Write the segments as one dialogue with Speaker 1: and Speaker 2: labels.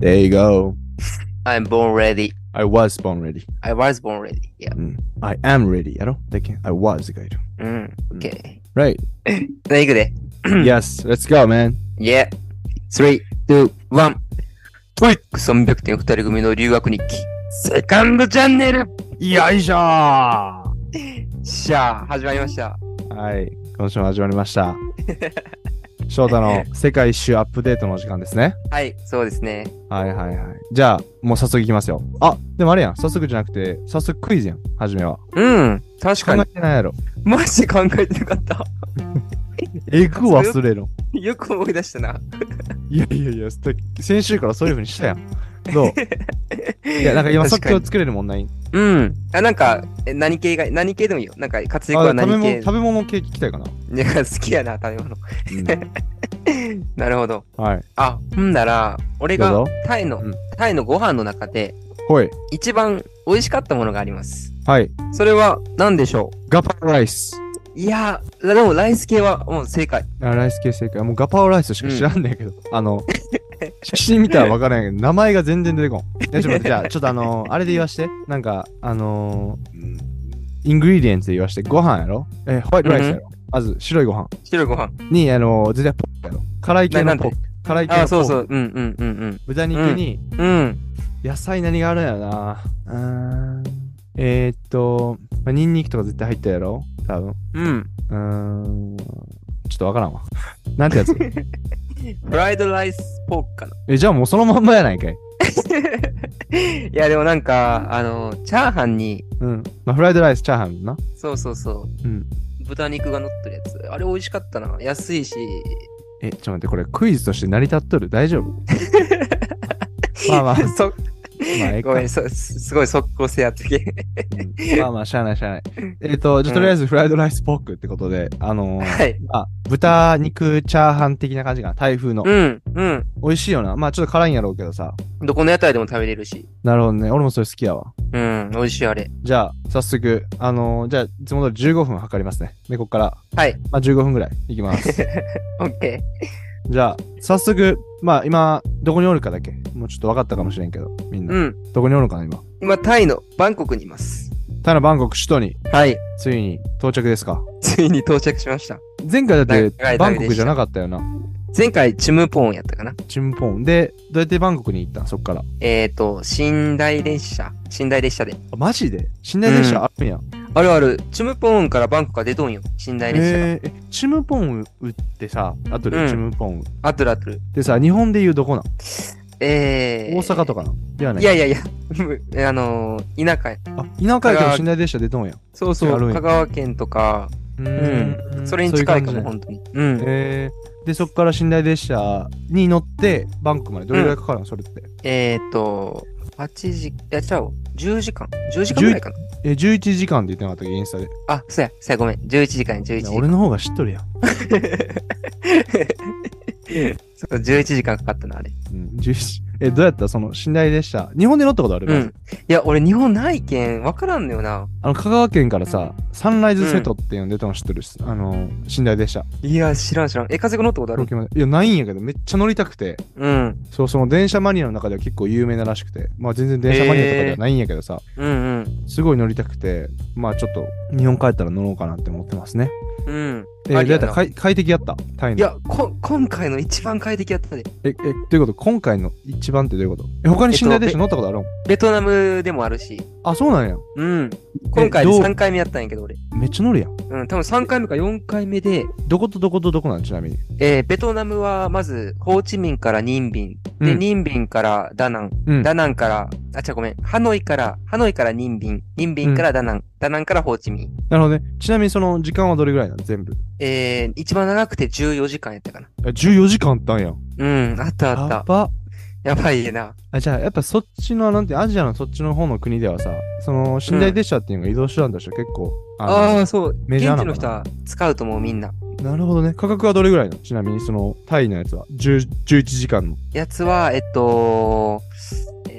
Speaker 1: There you go.
Speaker 2: I'm born ready.
Speaker 1: I was born ready.
Speaker 2: I was born ready. Yeah.
Speaker 1: I am ready. やろできん I was がいる。
Speaker 2: うん。OK。
Speaker 1: Right.
Speaker 2: じゃあ行くで。
Speaker 1: yes. Let's go, man.
Speaker 2: Yeah. 3、2、1。トイック300点2人組の留学日記。セカンドチャンネル
Speaker 1: よいしょーは
Speaker 2: しゃあ、始まりました。
Speaker 1: い。今週も始まりま した。翔太の世界一周アップデートのお時間ですね。
Speaker 2: はい、そうですね。
Speaker 1: はいはいはい。じゃあ、もう早速いきますよ。あ、でもあれやん。早速じゃなくて、早速クイズやん。はじめは。
Speaker 2: うん。確
Speaker 1: 考
Speaker 2: かに
Speaker 1: え。てないやろ。
Speaker 2: マジで考えてなかった。
Speaker 1: えぐ忘れろ。
Speaker 2: よく思い出したな。
Speaker 1: いやいやいや、だ先週からそういう風にしたやん。 どういや、なんか今即
Speaker 2: 確か
Speaker 1: 興
Speaker 2: に
Speaker 1: 作れるもんない。
Speaker 2: うん。あ、なんか、え何系が、何系でもいいよ。なんか、活躍
Speaker 1: あ
Speaker 2: は
Speaker 1: 食べ
Speaker 2: 何
Speaker 1: 物
Speaker 2: 系
Speaker 1: 食べ物系聞きたいかな。
Speaker 2: いや、好きやな、食べ物。なるほど。
Speaker 1: はい。
Speaker 2: あ、ほんなら、俺
Speaker 1: ど
Speaker 2: が
Speaker 1: うぞ
Speaker 2: タイの、
Speaker 1: うん
Speaker 2: タイのご飯の中で、
Speaker 1: ほい。
Speaker 2: 一番美味しかったものがあります。
Speaker 1: はい。
Speaker 2: それは何でしょ
Speaker 1: ガパオライス。
Speaker 2: ういやー、でもライス系はもう正解。
Speaker 1: あライス系正解。もうガパオライスしか知らんねんけど。あ の、写真見たらわからんやけど、名前が全然出てこん。えちょっと待ってじゃあ、ちょっとあの ーあれで言わして。なんか、あのーイングリディエンツで言わして。ご飯やろえホワイトライスやろ、まず、白いご飯
Speaker 2: 白いご飯。
Speaker 1: に、あのー全然ポックやろ辛い系
Speaker 2: な
Speaker 1: の
Speaker 2: なんで
Speaker 1: ポック。辛い系のポッ
Speaker 2: あ
Speaker 1: ク。
Speaker 2: そうそう。うんうんうん
Speaker 1: 豚肉に、
Speaker 2: うん。うん。
Speaker 1: 野菜何があるんやろな。うーん。えー、っと、まあ、ニンニクとか絶対入ったやろ多分。
Speaker 2: うん。
Speaker 1: うーん。ちょっとわ からんわ。なんてやつ
Speaker 2: フライドライスポークかな。
Speaker 1: え、じゃあもうそのまんまやないかい。
Speaker 2: いや、でもなんか、あの、チャーハンに、
Speaker 1: うん。まあ、フライドライス、チャーハンな。
Speaker 2: そうそうそう。
Speaker 1: うん
Speaker 2: 豚肉が乗ってるやつ。あれ美味しかったな。安いし。
Speaker 1: え、ちょっと待って、これクイズとして成り立っとる大 丈夫まあまあ、ま
Speaker 2: そ
Speaker 1: あ、ええか
Speaker 2: ごめん、そすすごい即効性あったけ。
Speaker 1: うんまあまあ、しゃあないしゃあない。えっ、と、じゃあとりあえずフライドライスポークってことで、あの ー、
Speaker 2: はい。
Speaker 1: まあ、豚肉チャーハン的な感じかな、台風の。
Speaker 2: うん、うん。
Speaker 1: 美味しいよな。まあちょっと辛いんやろうけどさ。
Speaker 2: どこの屋台でも食べれるし。
Speaker 1: なるほどね。俺もそれ好きやわ。
Speaker 2: うん、美味しいあれ。
Speaker 1: じゃあ、早速、あのー、じゃあ、いつも通り15分測りますね。で、こっから。
Speaker 2: はい。
Speaker 1: まあ15分ぐらいいきます。
Speaker 2: オッケ
Speaker 1: じゃあ、早速、まあ今、どこにおるかだけ。もうちょっと分かったかもしれんけど、みん
Speaker 2: ー。
Speaker 1: な。
Speaker 2: うん。
Speaker 1: どこにおるのかな、今。
Speaker 2: 今、タイのバンコクにいます。
Speaker 1: タイのバンコク首都に、
Speaker 2: はい。
Speaker 1: ついに到着ですか。
Speaker 2: ついに到着しました。
Speaker 1: 前回だっ
Speaker 2: 長
Speaker 1: て、
Speaker 2: い旅でした
Speaker 1: バンコクじゃなかったよな。
Speaker 2: 前回、チムポーンやったかな。
Speaker 1: チンポン。で、どうやってバンコクに行ったんそっから。
Speaker 2: えーと、寝台列車。寝台列車で。
Speaker 1: あマジで寝台列車あるんや。
Speaker 2: あるある、チムポーンからバンコクが出とんよ。寝台列車が。
Speaker 1: えーえチムポン売ってさ、あと
Speaker 2: う
Speaker 1: で
Speaker 2: ん
Speaker 1: チムポン。
Speaker 2: あとるあとる。
Speaker 1: でさ、日本で言うどこなん
Speaker 2: えー。
Speaker 1: 大阪とかなんではないい。
Speaker 2: やいやいや、 あのー、田舎や。
Speaker 1: あ、田舎やけど寝台列車出とんや。
Speaker 2: そうそ
Speaker 1: あるん
Speaker 2: う、
Speaker 1: や
Speaker 2: 香川県とか、
Speaker 1: う
Speaker 2: それに近いか
Speaker 1: そうう感じな
Speaker 2: も、
Speaker 1: んや
Speaker 2: 本当に。うん。
Speaker 1: えーで、そっから寝台列車に乗って、バンコクまでどれぐらいかかるのそれって。
Speaker 2: えーと、8時、いや、ちゃうわ。10時間 ?10 時間ぐらいかな。
Speaker 1: え、11時間って言ってなかったっけインスタで。
Speaker 2: あ、そうや、そうや、ごめん。11時間や、11時間。
Speaker 1: 俺の方が知っとるやん。
Speaker 2: そう、11時間かかったな、あれ。
Speaker 1: うん、11え、どうやったその寝台列車。日本で乗ったことある、
Speaker 2: う
Speaker 1: まず
Speaker 2: ん。いや、俺、日本ないけん、わからんのよな。
Speaker 1: あの香川県からさ、サンライズ瀬戸っていうの出たの知ってるっす、あの、寝台列車。
Speaker 2: いや、知らん知らん。え、風が乗ったことある
Speaker 1: 東京までいや、ないんやけど、めっちゃ乗りたくて、
Speaker 2: うん。
Speaker 1: そう、その電車マニアの中では結構有名ならしくて、まあ全然電車マニアとかではないんやけどさ、
Speaker 2: うん
Speaker 1: すごい乗りたくて、まあちょっと、日本帰ったら乗ろうかなって思ってますね。
Speaker 2: うん。うん。
Speaker 1: え
Speaker 2: あ
Speaker 1: ー、
Speaker 2: り
Speaker 1: どうや
Speaker 2: や
Speaker 1: っ
Speaker 2: な
Speaker 1: た快快適やったタイの。
Speaker 2: いや、こ、今回の一番快適やったで。
Speaker 1: え、え、どういうこと今回の一番ってどういうことえ、他に寝台列車乗ったことあるん、
Speaker 2: ベトナムでもあるし。
Speaker 1: あ、そうなんや。
Speaker 2: うん。今回
Speaker 1: え
Speaker 2: で
Speaker 1: どう
Speaker 2: 3回目やったんやけど、俺。
Speaker 1: めっちゃ乗るやん。
Speaker 2: うん、多分3回目か4回目で、
Speaker 1: どことどことどこなんちなみに。
Speaker 2: えー、ベトナムはまず、ホーチミンからニンビン。で、
Speaker 1: うん
Speaker 2: ニンビンからダナン。
Speaker 1: うん
Speaker 2: ダナンから、あ、違うごめん。ハノイから、ハノイからニンビン。ニンビンからダナン。ダナンからホーチミン。
Speaker 1: なるほどね。ちなみにその時間はどれぐらいなの全部。
Speaker 2: えー、一番長くて14時間やったかな。
Speaker 1: あ14時間あったんや。
Speaker 2: うん、あったあ
Speaker 1: や
Speaker 2: っ。
Speaker 1: ったば。
Speaker 2: やばいな。
Speaker 1: あじゃあやっぱそっちのなんてアジアのそっちの方の国ではさその寝台列車っていうのが移動手段としては結構、あの
Speaker 2: ああー、そう。
Speaker 1: メ
Speaker 2: 現
Speaker 1: ジャー
Speaker 2: 地
Speaker 1: な
Speaker 2: の
Speaker 1: の
Speaker 2: 人
Speaker 1: か
Speaker 2: は使うと思う、みんな。
Speaker 1: ななるほどね価格はどれぐらいなのちなみにそのタイのやつは10 11時間の
Speaker 2: やつは、えっと、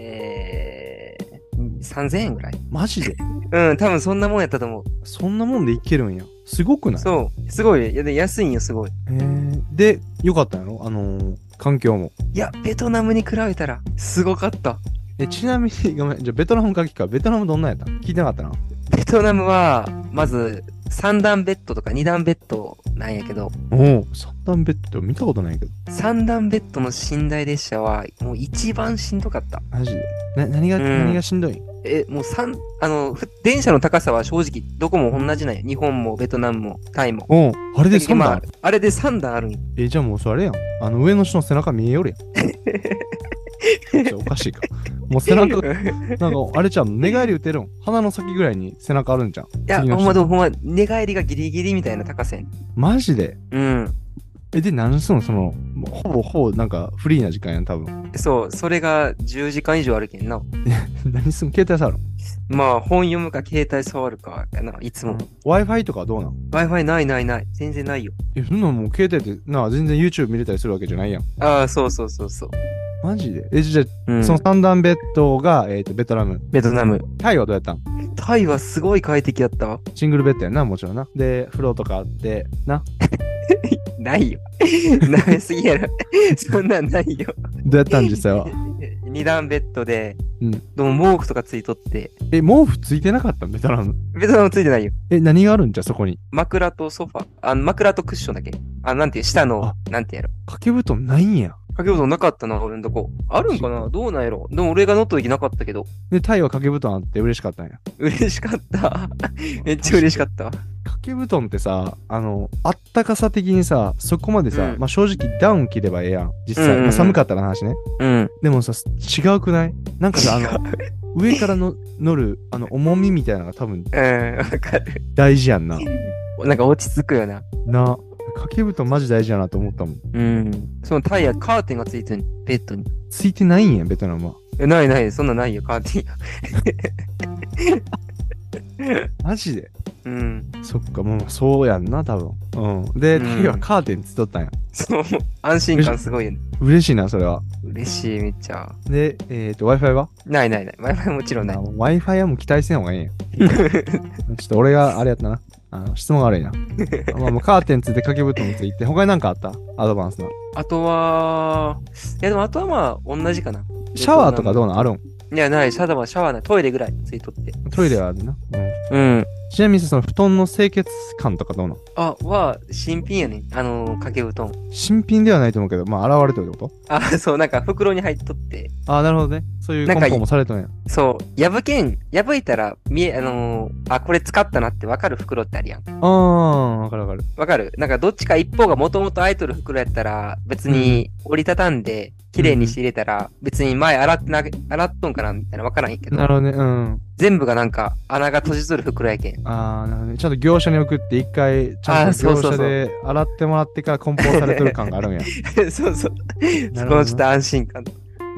Speaker 2: えー、3000円ぐらい。
Speaker 1: マジで
Speaker 2: うん、多分そんなもんやったと思う。
Speaker 1: そんなもんでいけるんやすごくない
Speaker 2: そう。すごい。いやで安いんよ、すごい。
Speaker 1: へーでよかったんやろあのー環境も。
Speaker 2: いや、ベトナムに比べたら、すごかった。
Speaker 1: え、ちなみに、ごめん、じゃあベトナムか聞くか。ベトナムどんなんやったん聞いてなかったな。
Speaker 2: ベトナムは、まず、3段ベッドとか2段ベッドなんやけど、
Speaker 1: おお、三段ベッド見たことないけど。
Speaker 2: 3段ベッドの寝台列車は、もう一番しんどかった。
Speaker 1: マジで。な、何が、
Speaker 2: うん
Speaker 1: 何がしんどいん
Speaker 2: え、もう三あの、ふ電車の高さは正直、どこも同じなんや。日本もベトナムもタイも。
Speaker 1: おお、あれで3段、
Speaker 2: まあ、あれで3段あるんよ
Speaker 1: え、じゃあもうそれあれやん。あの上の人の背中見えよる やん。ちょおかしいか。もう背中、 なんかあれじゃん、寝返り打てるん。鼻の先ぐらいに背中あるんじゃん。
Speaker 2: いや、
Speaker 1: 次の
Speaker 2: ほ
Speaker 1: 人
Speaker 2: んまでもほんま、寝返りがギリギリみたいな高さやね
Speaker 1: マジで。
Speaker 2: うん。
Speaker 1: え、で、何すんのその、もうほぼほぼなんかフリーな時間やん、多分。
Speaker 2: そう、それが10時間以上あるけんな。
Speaker 1: 何すんの携帯触るの
Speaker 2: まあ、本読むか携帯触るかやな、いつも。
Speaker 1: ?Wi-Fi とかはどうなん
Speaker 2: Wi-Fi ないないない。全然ないよ。
Speaker 1: え、そんなんもう携帯で、なあ、全然 YouTube 見れたりするわけじゃないやん。
Speaker 2: ああ、そうそうそうそう。
Speaker 1: マジで。え、じゃあ、
Speaker 2: うん、
Speaker 1: その三段ベッドが、えっ、と、ベトナム。
Speaker 2: ベトナム。
Speaker 1: タイはどうやったん
Speaker 2: タイはすごい快適やったわ。
Speaker 1: シングルベッドやんな、もちろんな。で、風呂とかあって、な。
Speaker 2: な いよ。なめすぎやろ。そんなんないよ。
Speaker 1: どうやったん実際は。
Speaker 2: 二段ベッドで、
Speaker 1: うん
Speaker 2: でも毛布とかついとって、
Speaker 1: え、毛布ついてなかったんベトナム。
Speaker 2: ベトナムついてないよ。
Speaker 1: え、何があるんじゃ、そこに。
Speaker 2: 枕とソファあ枕とクッションだけ。あ、なんていう、下の
Speaker 1: あ、
Speaker 2: なんてやろ。
Speaker 1: 掛け布団ないんや。
Speaker 2: 掛け布団なかったな、俺んとこ。あるんかなどうなんやろ。でも俺が乗った時なかったけど、
Speaker 1: で、タイは掛け布団あって嬉しかったんや。
Speaker 2: 嬉し かった。めっちゃ嬉しかったわ。
Speaker 1: 掛け布団ってさ、あの、あったかさ的にさ、そこまでさ、
Speaker 2: うん
Speaker 1: まあ正直ダウン着ればええやん。実際、
Speaker 2: うんうんうん
Speaker 1: まあ寒かったらの話ね。
Speaker 2: うん。
Speaker 1: でもさ、違うくないなんかさ、あの、上からの乗る、あの、重みみたいなのが多分
Speaker 2: うん、わかる。
Speaker 1: 大事やんな。
Speaker 2: なんか落ち着くよな。
Speaker 1: な。掛け布団マジ大事やなと思ったもん。
Speaker 2: うん。そのタイヤ、カーテンがついてるベッドに。
Speaker 1: ついてないんや、ベトナムは。
Speaker 2: え、ないない、そんなんないよ、カーテンや。
Speaker 1: マジで
Speaker 2: うん。
Speaker 1: そっか、もうそうやんな、多分。うん。で、
Speaker 2: うん
Speaker 1: タイはカーテンついとったんや。
Speaker 2: そう、安心感すごいよね。
Speaker 1: 嬉しいな、それは。
Speaker 2: 嬉しい、めっちゃ。
Speaker 1: で、えっ、と、Wi-Fi は
Speaker 2: ないないない。Wi-Fi もちろんない
Speaker 1: あ。Wi-Fi はもう期待せんほうがいいんや。ちょっと俺があれやったな。あの質問が悪い な。まあもうカーテンついて掛け布団ついて、他に何かあったアドバンスな。
Speaker 2: あとは、いやでもあとはまあ同じかな。
Speaker 1: シャワーとかどうなんあるん
Speaker 2: いやない、シャワーはシャワーない、トイレぐらいついとって。
Speaker 1: トイレはあるな。うん。
Speaker 2: うん。
Speaker 1: ちなみにさその布団の清潔感とかどうなん
Speaker 2: あ、は、新品やねあのー、掛け布団。
Speaker 1: 新品ではないと思うけど、まあ現れてるってこ
Speaker 2: あ、 そう、なんか袋に入っとって。
Speaker 1: とああ、なるほどね。そういう
Speaker 2: なんか
Speaker 1: 梱包もされてない。
Speaker 2: そう、破けん、破いたら、見え、あのー、あ、これ使ったなってわかる袋ってあるやん。
Speaker 1: ああ、わかるわかる。
Speaker 2: わかるなんかどっちか一方がもともと空いとる袋やったら、別に折りたたんで、綺麗に仕入れたら、別に前洗ってな、洗っとんかなみたいなわからんやけど
Speaker 1: な、るほどね。うん。
Speaker 2: 全部がなんか穴が閉じとる袋やけん。
Speaker 1: ああ、なるほどね。ちゃんと業者に送って、一回、ちゃんと
Speaker 2: あー
Speaker 1: 業
Speaker 2: そうそう
Speaker 1: 者
Speaker 2: そう
Speaker 1: で洗ってもらってから梱包されてる感があるんや。
Speaker 2: そうそう。
Speaker 1: な
Speaker 2: そ
Speaker 1: るほどな
Speaker 2: このちょっと安心感。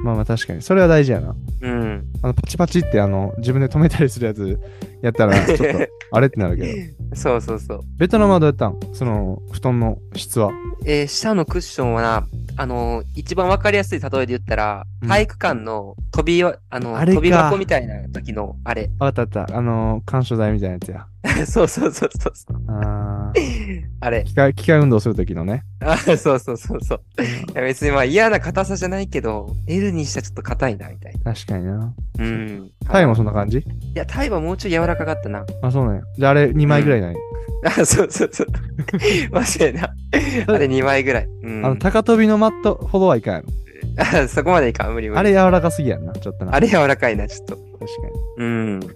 Speaker 1: まあまあ確かに。それは大事やな。
Speaker 2: うん。
Speaker 1: あの、パチパチって、あの、自分で止めたりするやつやった ら、ちょっと、あれってなるけど。
Speaker 2: そうそうそう。
Speaker 1: ベトナムはどうやったんその布団の質は。
Speaker 2: えー下のクッションはな、あのー一番わかりやすい例えで言ったら、
Speaker 1: うん
Speaker 2: 体育館の飛びわ、あのー
Speaker 1: あれか
Speaker 2: 飛び箱みたいな時のあれ。
Speaker 1: あったあった。あのー、干渉台みたいなやつや。
Speaker 2: そうそうそうそうそう。
Speaker 1: あー
Speaker 2: あれ。
Speaker 1: 機械、機械運動するときのね。
Speaker 2: あそうそうそうそう。いや別にまあ嫌な硬さじゃないけど、L にしたらちょっと硬いな、みたいな。
Speaker 1: 確かにな。
Speaker 2: うん。
Speaker 1: タイも
Speaker 2: い
Speaker 1: そんな感じ
Speaker 2: や、タイはもうちょい柔らかかったな。
Speaker 1: あ、そうなんや。じゃああれ2枚ぐらいない。
Speaker 2: あ、そうそう そう。マジやな。あれ2枚ぐらい。うん。
Speaker 1: あの、高跳びのマットほどはいかんやろ。
Speaker 2: そこまでいかん、無理無理。
Speaker 1: あれ柔らかすぎやんな、ちょっとな。
Speaker 2: あれ柔らかいな、ちょっと。
Speaker 1: 確か
Speaker 2: うん。
Speaker 1: に。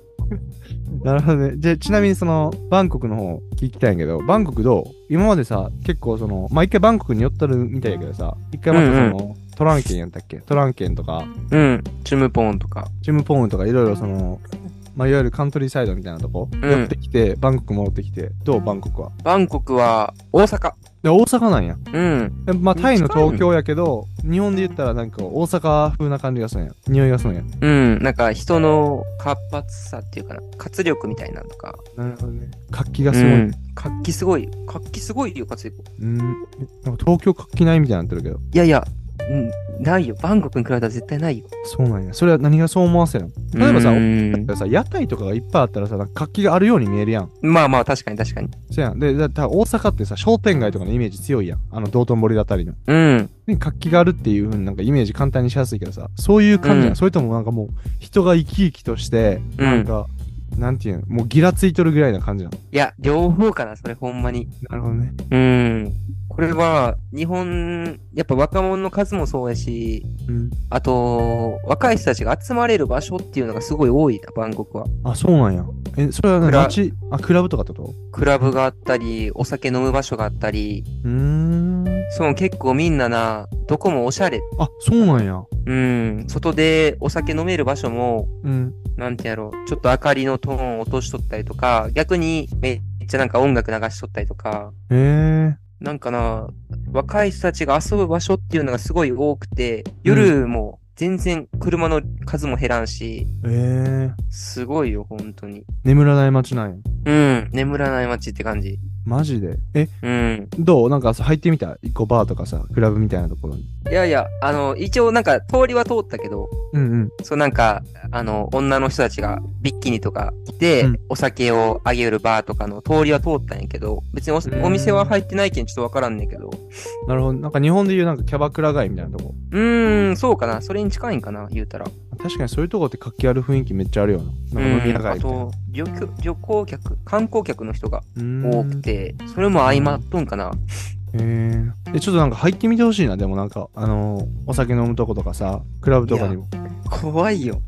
Speaker 1: なるほどね。じゃあちなみにその、バンコクの方聞きたいんやけど、バンコクどう今までさ、結構その、まあ、一回バンコクに寄ったるみたいやけどさ、一回またその、トランケンやったっけトランケンとか、
Speaker 2: うん。チュムポーンとか。
Speaker 1: ジムポーンとかいろいろその、まあ、いわゆるカントリーサイドみたいなとこ、
Speaker 2: ん
Speaker 1: やってきて、バンコク戻ってきて、どうバンコクは。
Speaker 2: バンコクは大阪。
Speaker 1: で、大阪なんや。
Speaker 2: うん。
Speaker 1: でまあ、
Speaker 2: うん
Speaker 1: タイの東京やけど、日本で言ったらなんか大阪風な感じがするんや。匂いがするんや。
Speaker 2: うん。なんか人の活発さっていうかな。活力みたいなのとか。
Speaker 1: なるほどね。活気がすごい。
Speaker 2: う。
Speaker 1: うん
Speaker 2: 活気すごい。活気すごいよ、活力。
Speaker 1: ーん。なんか東京活気ないみたいになってるけど。
Speaker 2: いやいや、うん。ないよ。バンコクに比べたら絶対ないよ。
Speaker 1: そうなんや。それは何がそう思わせるの例えばさ、
Speaker 2: う
Speaker 1: だ
Speaker 2: ん
Speaker 1: からさ屋台とかがいっぱいあったらさ、なんか活気があるように見えるやん。
Speaker 2: まあまあ、確かに確かに。
Speaker 1: そうやん。で、だだから大阪ってさ、商店街とかのイメージ強いやん。あの道頓堀だったりの。
Speaker 2: うん。
Speaker 1: ね、活気があるっていう風になんかイメージ簡単にしやすいけどさ、そういう感じなの、
Speaker 2: うん
Speaker 1: それともなんかもう人が生き生きとして、
Speaker 2: うん
Speaker 1: なんか、なんていうの、もうギラついとるぐらいな感じなの。
Speaker 2: いや、両方かな、それほんまに。
Speaker 1: なるほどね。
Speaker 2: うん。これは、日本、やっぱ若者の数もそうやし、
Speaker 1: うん。
Speaker 2: あと、若い人たちが集まれる場所っていうのがすごい多いな、バンコクは。
Speaker 1: あ、そうなんや。え、それは
Speaker 2: クラ
Speaker 1: 街、あ、クラブとかってこと
Speaker 2: クラブがあったり、お酒飲む場所があったり、
Speaker 1: うーん。
Speaker 2: その結構みんなな、どこもおしゃれ。
Speaker 1: あ、そうなんや。
Speaker 2: うん。外でお酒飲める場所も、
Speaker 1: うん。
Speaker 2: なんてやろう、ちょっと明かりのトーンを落としとったりとか、逆にめっちゃなんか音楽流しとったりとか、
Speaker 1: へえ。
Speaker 2: なんかな、若い人たちが遊ぶ場所っていうのがすごい多くて、夜も全然車の数も減らんし、
Speaker 1: へえ。
Speaker 2: すごいよ、本当に。
Speaker 1: 眠らない街なんや。
Speaker 2: うん、眠らない街って感じ。
Speaker 1: マジで。え、
Speaker 2: うん。
Speaker 1: どうなんかさ入ってみた一個バーとかさ、クラブみたいなところに。
Speaker 2: いやいや、あの、一応なんか通りは通ったけど、
Speaker 1: うんうん。
Speaker 2: そうなんか、あの、女の人たちがビッキニとか着て、
Speaker 1: うん
Speaker 2: お酒をあげるバーとかの通りは通ったんやけど、別に
Speaker 1: ー
Speaker 2: お
Speaker 1: ん
Speaker 2: お店は入ってないけんちょっとわからんねんけど、
Speaker 1: なるほど。なんか日本でいうなんかキャバクラ街みたいなとこ。
Speaker 2: うーん、そうかな、それに近いんかな、言うたら。
Speaker 1: 確かにそういうとこって活気ある雰囲気めっちゃあるよな。なんか飲み屋
Speaker 2: うんあ
Speaker 1: 街みたいな
Speaker 2: と旅行、旅行客、観光客の人が
Speaker 1: うーん
Speaker 2: 多くて、それも相まっとんかな。
Speaker 1: へえ。え、ちょっとなんか入ってみてほしいな。でもなんか、あのーお酒飲むとことかさ、クラブとかにも。いや、
Speaker 2: 怖いよ。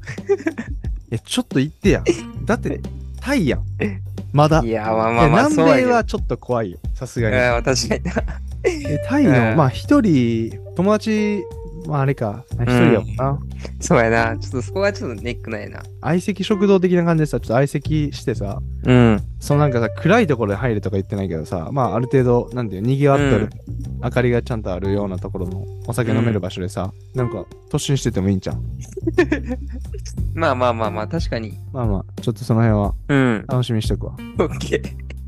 Speaker 1: ちょっと行ってや。だって、タイやん。 まだ。
Speaker 2: いや、まあまあ
Speaker 1: い
Speaker 2: まあ、
Speaker 1: や
Speaker 2: そう
Speaker 1: 南
Speaker 2: やけ
Speaker 1: 米
Speaker 2: ど
Speaker 1: はちょっと怖いよ。さすがに。
Speaker 2: うん確かに。
Speaker 1: えタイの、
Speaker 2: うん
Speaker 1: まあ一人、友達、まああれか、まあ一人やもんな。
Speaker 2: そうやな。ちょっとそこはちょっとネックないな。
Speaker 1: 相席食堂的な感じでさ、ちょっと相席してさ、
Speaker 2: うん。
Speaker 1: そのなんかさ、暗いところで入るとか言ってないけどさ、まあある程度、なんていうの、にぎわっとる、明かりがちゃんとあるようなところのお酒飲める場所でさ、なんか突進しててもいいんじゃん。
Speaker 2: まあまあまあまあ、確かに。
Speaker 1: まあまあ、ちょっとその辺は
Speaker 2: うん。
Speaker 1: 楽しみにしとくわ。
Speaker 2: オッケ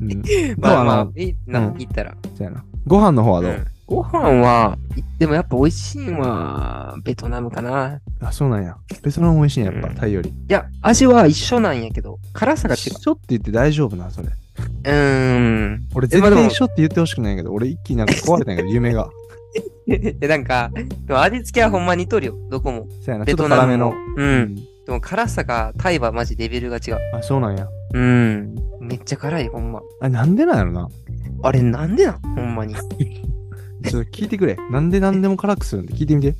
Speaker 2: ー。
Speaker 1: うん。
Speaker 2: まあま
Speaker 1: まあ
Speaker 2: あ
Speaker 1: ま、
Speaker 2: いいな、
Speaker 1: うん
Speaker 2: 言ったら。
Speaker 1: そうやな。ご飯の方はどう、
Speaker 2: うんご飯は、でもやっぱ美味しいのは、ベトナムかな。
Speaker 1: あ、そうなんや。ベトナム美味しいんや、やっぱ、
Speaker 2: うん
Speaker 1: タイより。
Speaker 2: いや、味は一緒なんやけど、辛さが違
Speaker 1: しょって言って大丈夫な、それ。
Speaker 2: う。うーん。
Speaker 1: 俺
Speaker 2: え
Speaker 1: 絶
Speaker 2: まあでも
Speaker 1: 対しょって言ってほしくないんやけど、俺一気になんか壊れたんやけど、夢 が。
Speaker 2: で、なん か、でも味付けはほんま似とるよ、どこも。
Speaker 1: そうやな、ちょ
Speaker 2: ベ
Speaker 1: っと
Speaker 2: トナ
Speaker 1: 辛
Speaker 2: ム
Speaker 1: め
Speaker 2: の
Speaker 1: の。。
Speaker 2: うん。。でも辛さが、タイはマジレベルが違う。
Speaker 1: あ、そうなんや。
Speaker 2: うん。めっちゃ辛い、ほんま。
Speaker 1: あ、なんでなんやろな。
Speaker 2: あれ、なんでなんほんまに。
Speaker 1: ちょっと聞いてくれ。なんでなんでも辛くするんで聞いてみて。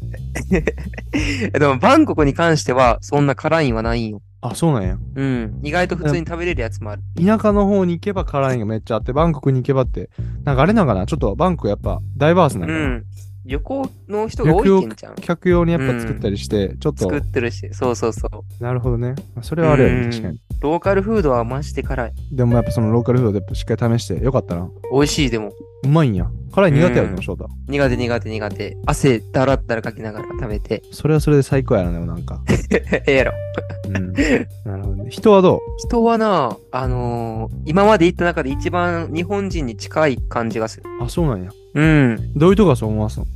Speaker 2: えでも、バンコクに関しては、そんな辛いんはないんよ。
Speaker 1: あ、そうなんや。
Speaker 2: うん。意外と普通に食べれるやつもある。
Speaker 1: 田舎の方に行けば辛いのがめっちゃあって、バンコクに行けばって、なんかあれなんかな、ちょっとバンコクやっぱダイバースな
Speaker 2: うん
Speaker 1: だな。
Speaker 2: ん。旅行の人が多いけんじゃん。
Speaker 1: 客用にやっぱ作ったりして、ちょっと
Speaker 2: 作、ってるし、そうそうそう。
Speaker 1: なるほどね。まあそれはあるよ
Speaker 2: う
Speaker 1: ね、
Speaker 2: ん
Speaker 1: 確かに。
Speaker 2: ローカルフードはマジで辛い。
Speaker 1: でもやっぱそのローカルフードでしっかり試してよかったな。
Speaker 2: 美味しい、でも。
Speaker 1: うまいんや。辛い苦手やろ、で
Speaker 2: うん
Speaker 1: も翔太。
Speaker 2: 苦手苦手苦手。汗だらだらかきながら食べて。
Speaker 1: それはそれで最高やな、でもなんか。
Speaker 2: ええやろ。
Speaker 1: うん。 なるほどね。人はど
Speaker 2: 人はな、あのー今まで行った中で一番日本人に近い感じがする。
Speaker 1: うあ、そうなんや。
Speaker 2: うん。
Speaker 1: どういうとこがそう思わすの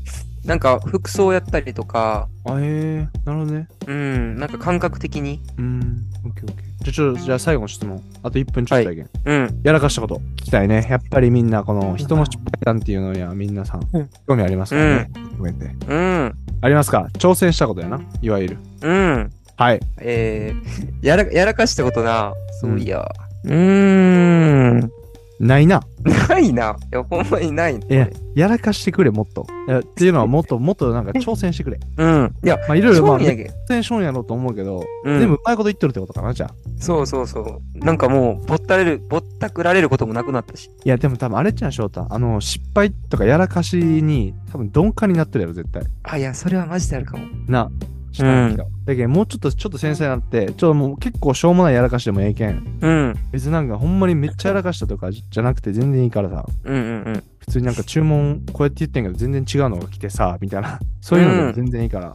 Speaker 2: なんか服装やったりとか、
Speaker 1: あ、へえなるほどね。
Speaker 2: うん、なんか感覚的に。
Speaker 1: うん。オッケーオッケー。じゃあ、ちょっと、じゃあ最後の質問。あと1分ちょっとだけ。
Speaker 2: うん。
Speaker 1: やらかしたこと聞きたいね。やっぱりみんなこの人の失敗談っていうのにはみんなさん
Speaker 2: うん
Speaker 1: 興味ありますからね。含めて。
Speaker 2: うん。
Speaker 1: ありますか挑戦したことやな。いわゆる。
Speaker 2: うん。
Speaker 1: はい。
Speaker 2: えー、 やら、やらかしたことな。そういや。うーん。
Speaker 1: ないな。
Speaker 2: ないな。いや、ほんまにない
Speaker 1: いや、やらかしてくれ、もっと。いやっていうのはもっともっとなんか挑戦してくれ。
Speaker 2: うん。いや、
Speaker 1: まあいろいろま
Speaker 2: そう
Speaker 1: あ、
Speaker 2: や
Speaker 1: 挑
Speaker 2: けど。
Speaker 1: 戦しようやろうと思うけど、
Speaker 2: うん、
Speaker 1: 全部うまいこと言ってるってことかな、じゃあ。
Speaker 2: そうそうそう。なんかもう、ぼったれる、ぼったくられることもなくなったし。
Speaker 1: いや、でも多分あれじゃん、翔太。あの、失敗とかやらかしに多分鈍感になってるやろ、絶対。
Speaker 2: あ、いや、それはマジであるかも。
Speaker 1: な。下の木がだけどもうちょっとちょっと繊細になってちょっともう結構しょうもないやらかしでもええけん
Speaker 2: うん。
Speaker 1: 別になんかほんまにめっちゃやらかしたとかじゃなくて全然いいからさ
Speaker 2: うんうんうん。
Speaker 1: 普通になんか注文こうやって言ってんけど全然違うのが来てさみたいなそういうのでも全然いいから、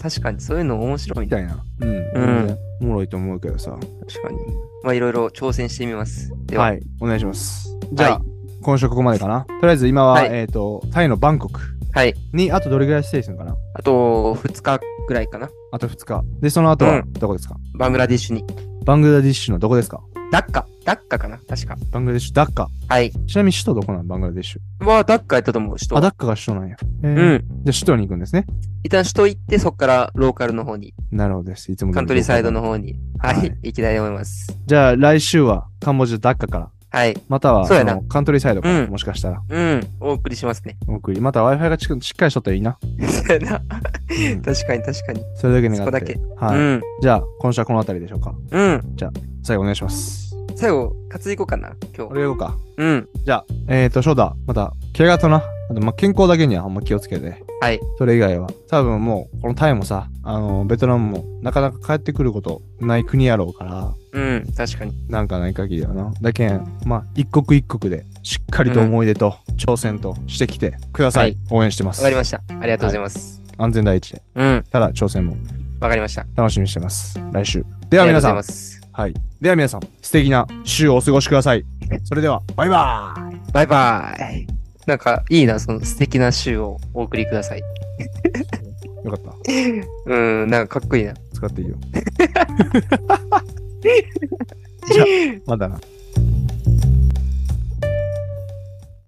Speaker 2: 確かに、そういうの面白い
Speaker 1: み
Speaker 2: な。
Speaker 1: たいなうん、
Speaker 2: う
Speaker 1: 全
Speaker 2: ん
Speaker 1: 然おもろいと思うけどさ
Speaker 2: 確かに。まあ、いろいろ挑戦してみます。では、
Speaker 1: はいお願いしますじゃあ、
Speaker 2: は
Speaker 1: 今週ここまでかなとりあえず今は、
Speaker 2: はい
Speaker 1: えっ、とタイのバンコク
Speaker 2: はい。
Speaker 1: にあとどれぐらいステイするのかな
Speaker 2: あと、2日ぐらいかな。
Speaker 1: あと2日でその後
Speaker 2: う
Speaker 1: は
Speaker 2: ん
Speaker 1: どこですか、
Speaker 2: バングラディッシュに。
Speaker 1: バングラディッシュのどこですか
Speaker 2: ダッカ。ダッカかな確か。
Speaker 1: バングラデシュ、ダッカ。
Speaker 2: はい。
Speaker 1: ちなみに首都どこなんバングラデシュ。
Speaker 2: は、ダッカやったと思う、首都
Speaker 1: あ、
Speaker 2: は。
Speaker 1: ダッカが首都なんや。えー
Speaker 2: うん。
Speaker 1: じゃあ首都に行くんですね。
Speaker 2: 一旦首都行って、そこからローカルの方に、
Speaker 1: なるほどです。いつも通り
Speaker 2: カントリーサイドの。方に、
Speaker 1: は
Speaker 2: は
Speaker 1: いい、
Speaker 2: 行きたいと思います。
Speaker 1: じゃあ来週はカンボジアダッカから、
Speaker 2: はい。
Speaker 1: または
Speaker 2: そうやな
Speaker 1: あのカントリーサイドから、
Speaker 2: うん
Speaker 1: もしかしたら
Speaker 2: うん。お送りしますね。
Speaker 1: お送り。また Wi-Fi がちくしっかりしとったらいいな。
Speaker 2: そうやな
Speaker 1: うん
Speaker 2: 確かに確かに。
Speaker 1: それだけ願って。
Speaker 2: そこだけ
Speaker 1: はい、
Speaker 2: うん。
Speaker 1: じゃあ今週はこの辺りでしょうか。
Speaker 2: うん。
Speaker 1: 最後お願いします。
Speaker 2: 最後、活いこうかな、今
Speaker 1: こ
Speaker 2: 日。
Speaker 1: れやろうか。
Speaker 2: うん。
Speaker 1: じゃあ、えっ、ー、と、そうだ。また、怪我とな。あと、まあ、健康だけにはあんま気をつけて。
Speaker 2: はい。
Speaker 1: それ以外は。多分もう、このタイもさ、あの、ベトナムも、なかなか帰ってくることない国やろうから、
Speaker 2: うん。確かに。
Speaker 1: なんかない限りはな。だけん、まあ、一国一国で、しっかりと思い出と、挑戦としてきてください。
Speaker 2: はい
Speaker 1: 応援してます。
Speaker 2: わかりました。ありがとうございます。
Speaker 1: 安全第一で。
Speaker 2: うん。
Speaker 1: ただ、挑戦も
Speaker 2: わかりました。
Speaker 1: 楽しみにしてます。来週。では皆さ
Speaker 2: あり
Speaker 1: ん
Speaker 2: が、とうございます。
Speaker 1: はい。では皆さん、素敵な週をお過ごしください。それでは、バイバーイ
Speaker 2: バイバイ。なんか、いいな、その素敵な週をお送りください。
Speaker 1: よかった。
Speaker 2: うん、なんかかっこいいな。
Speaker 1: 使っていいよ。じゃあ、まだな。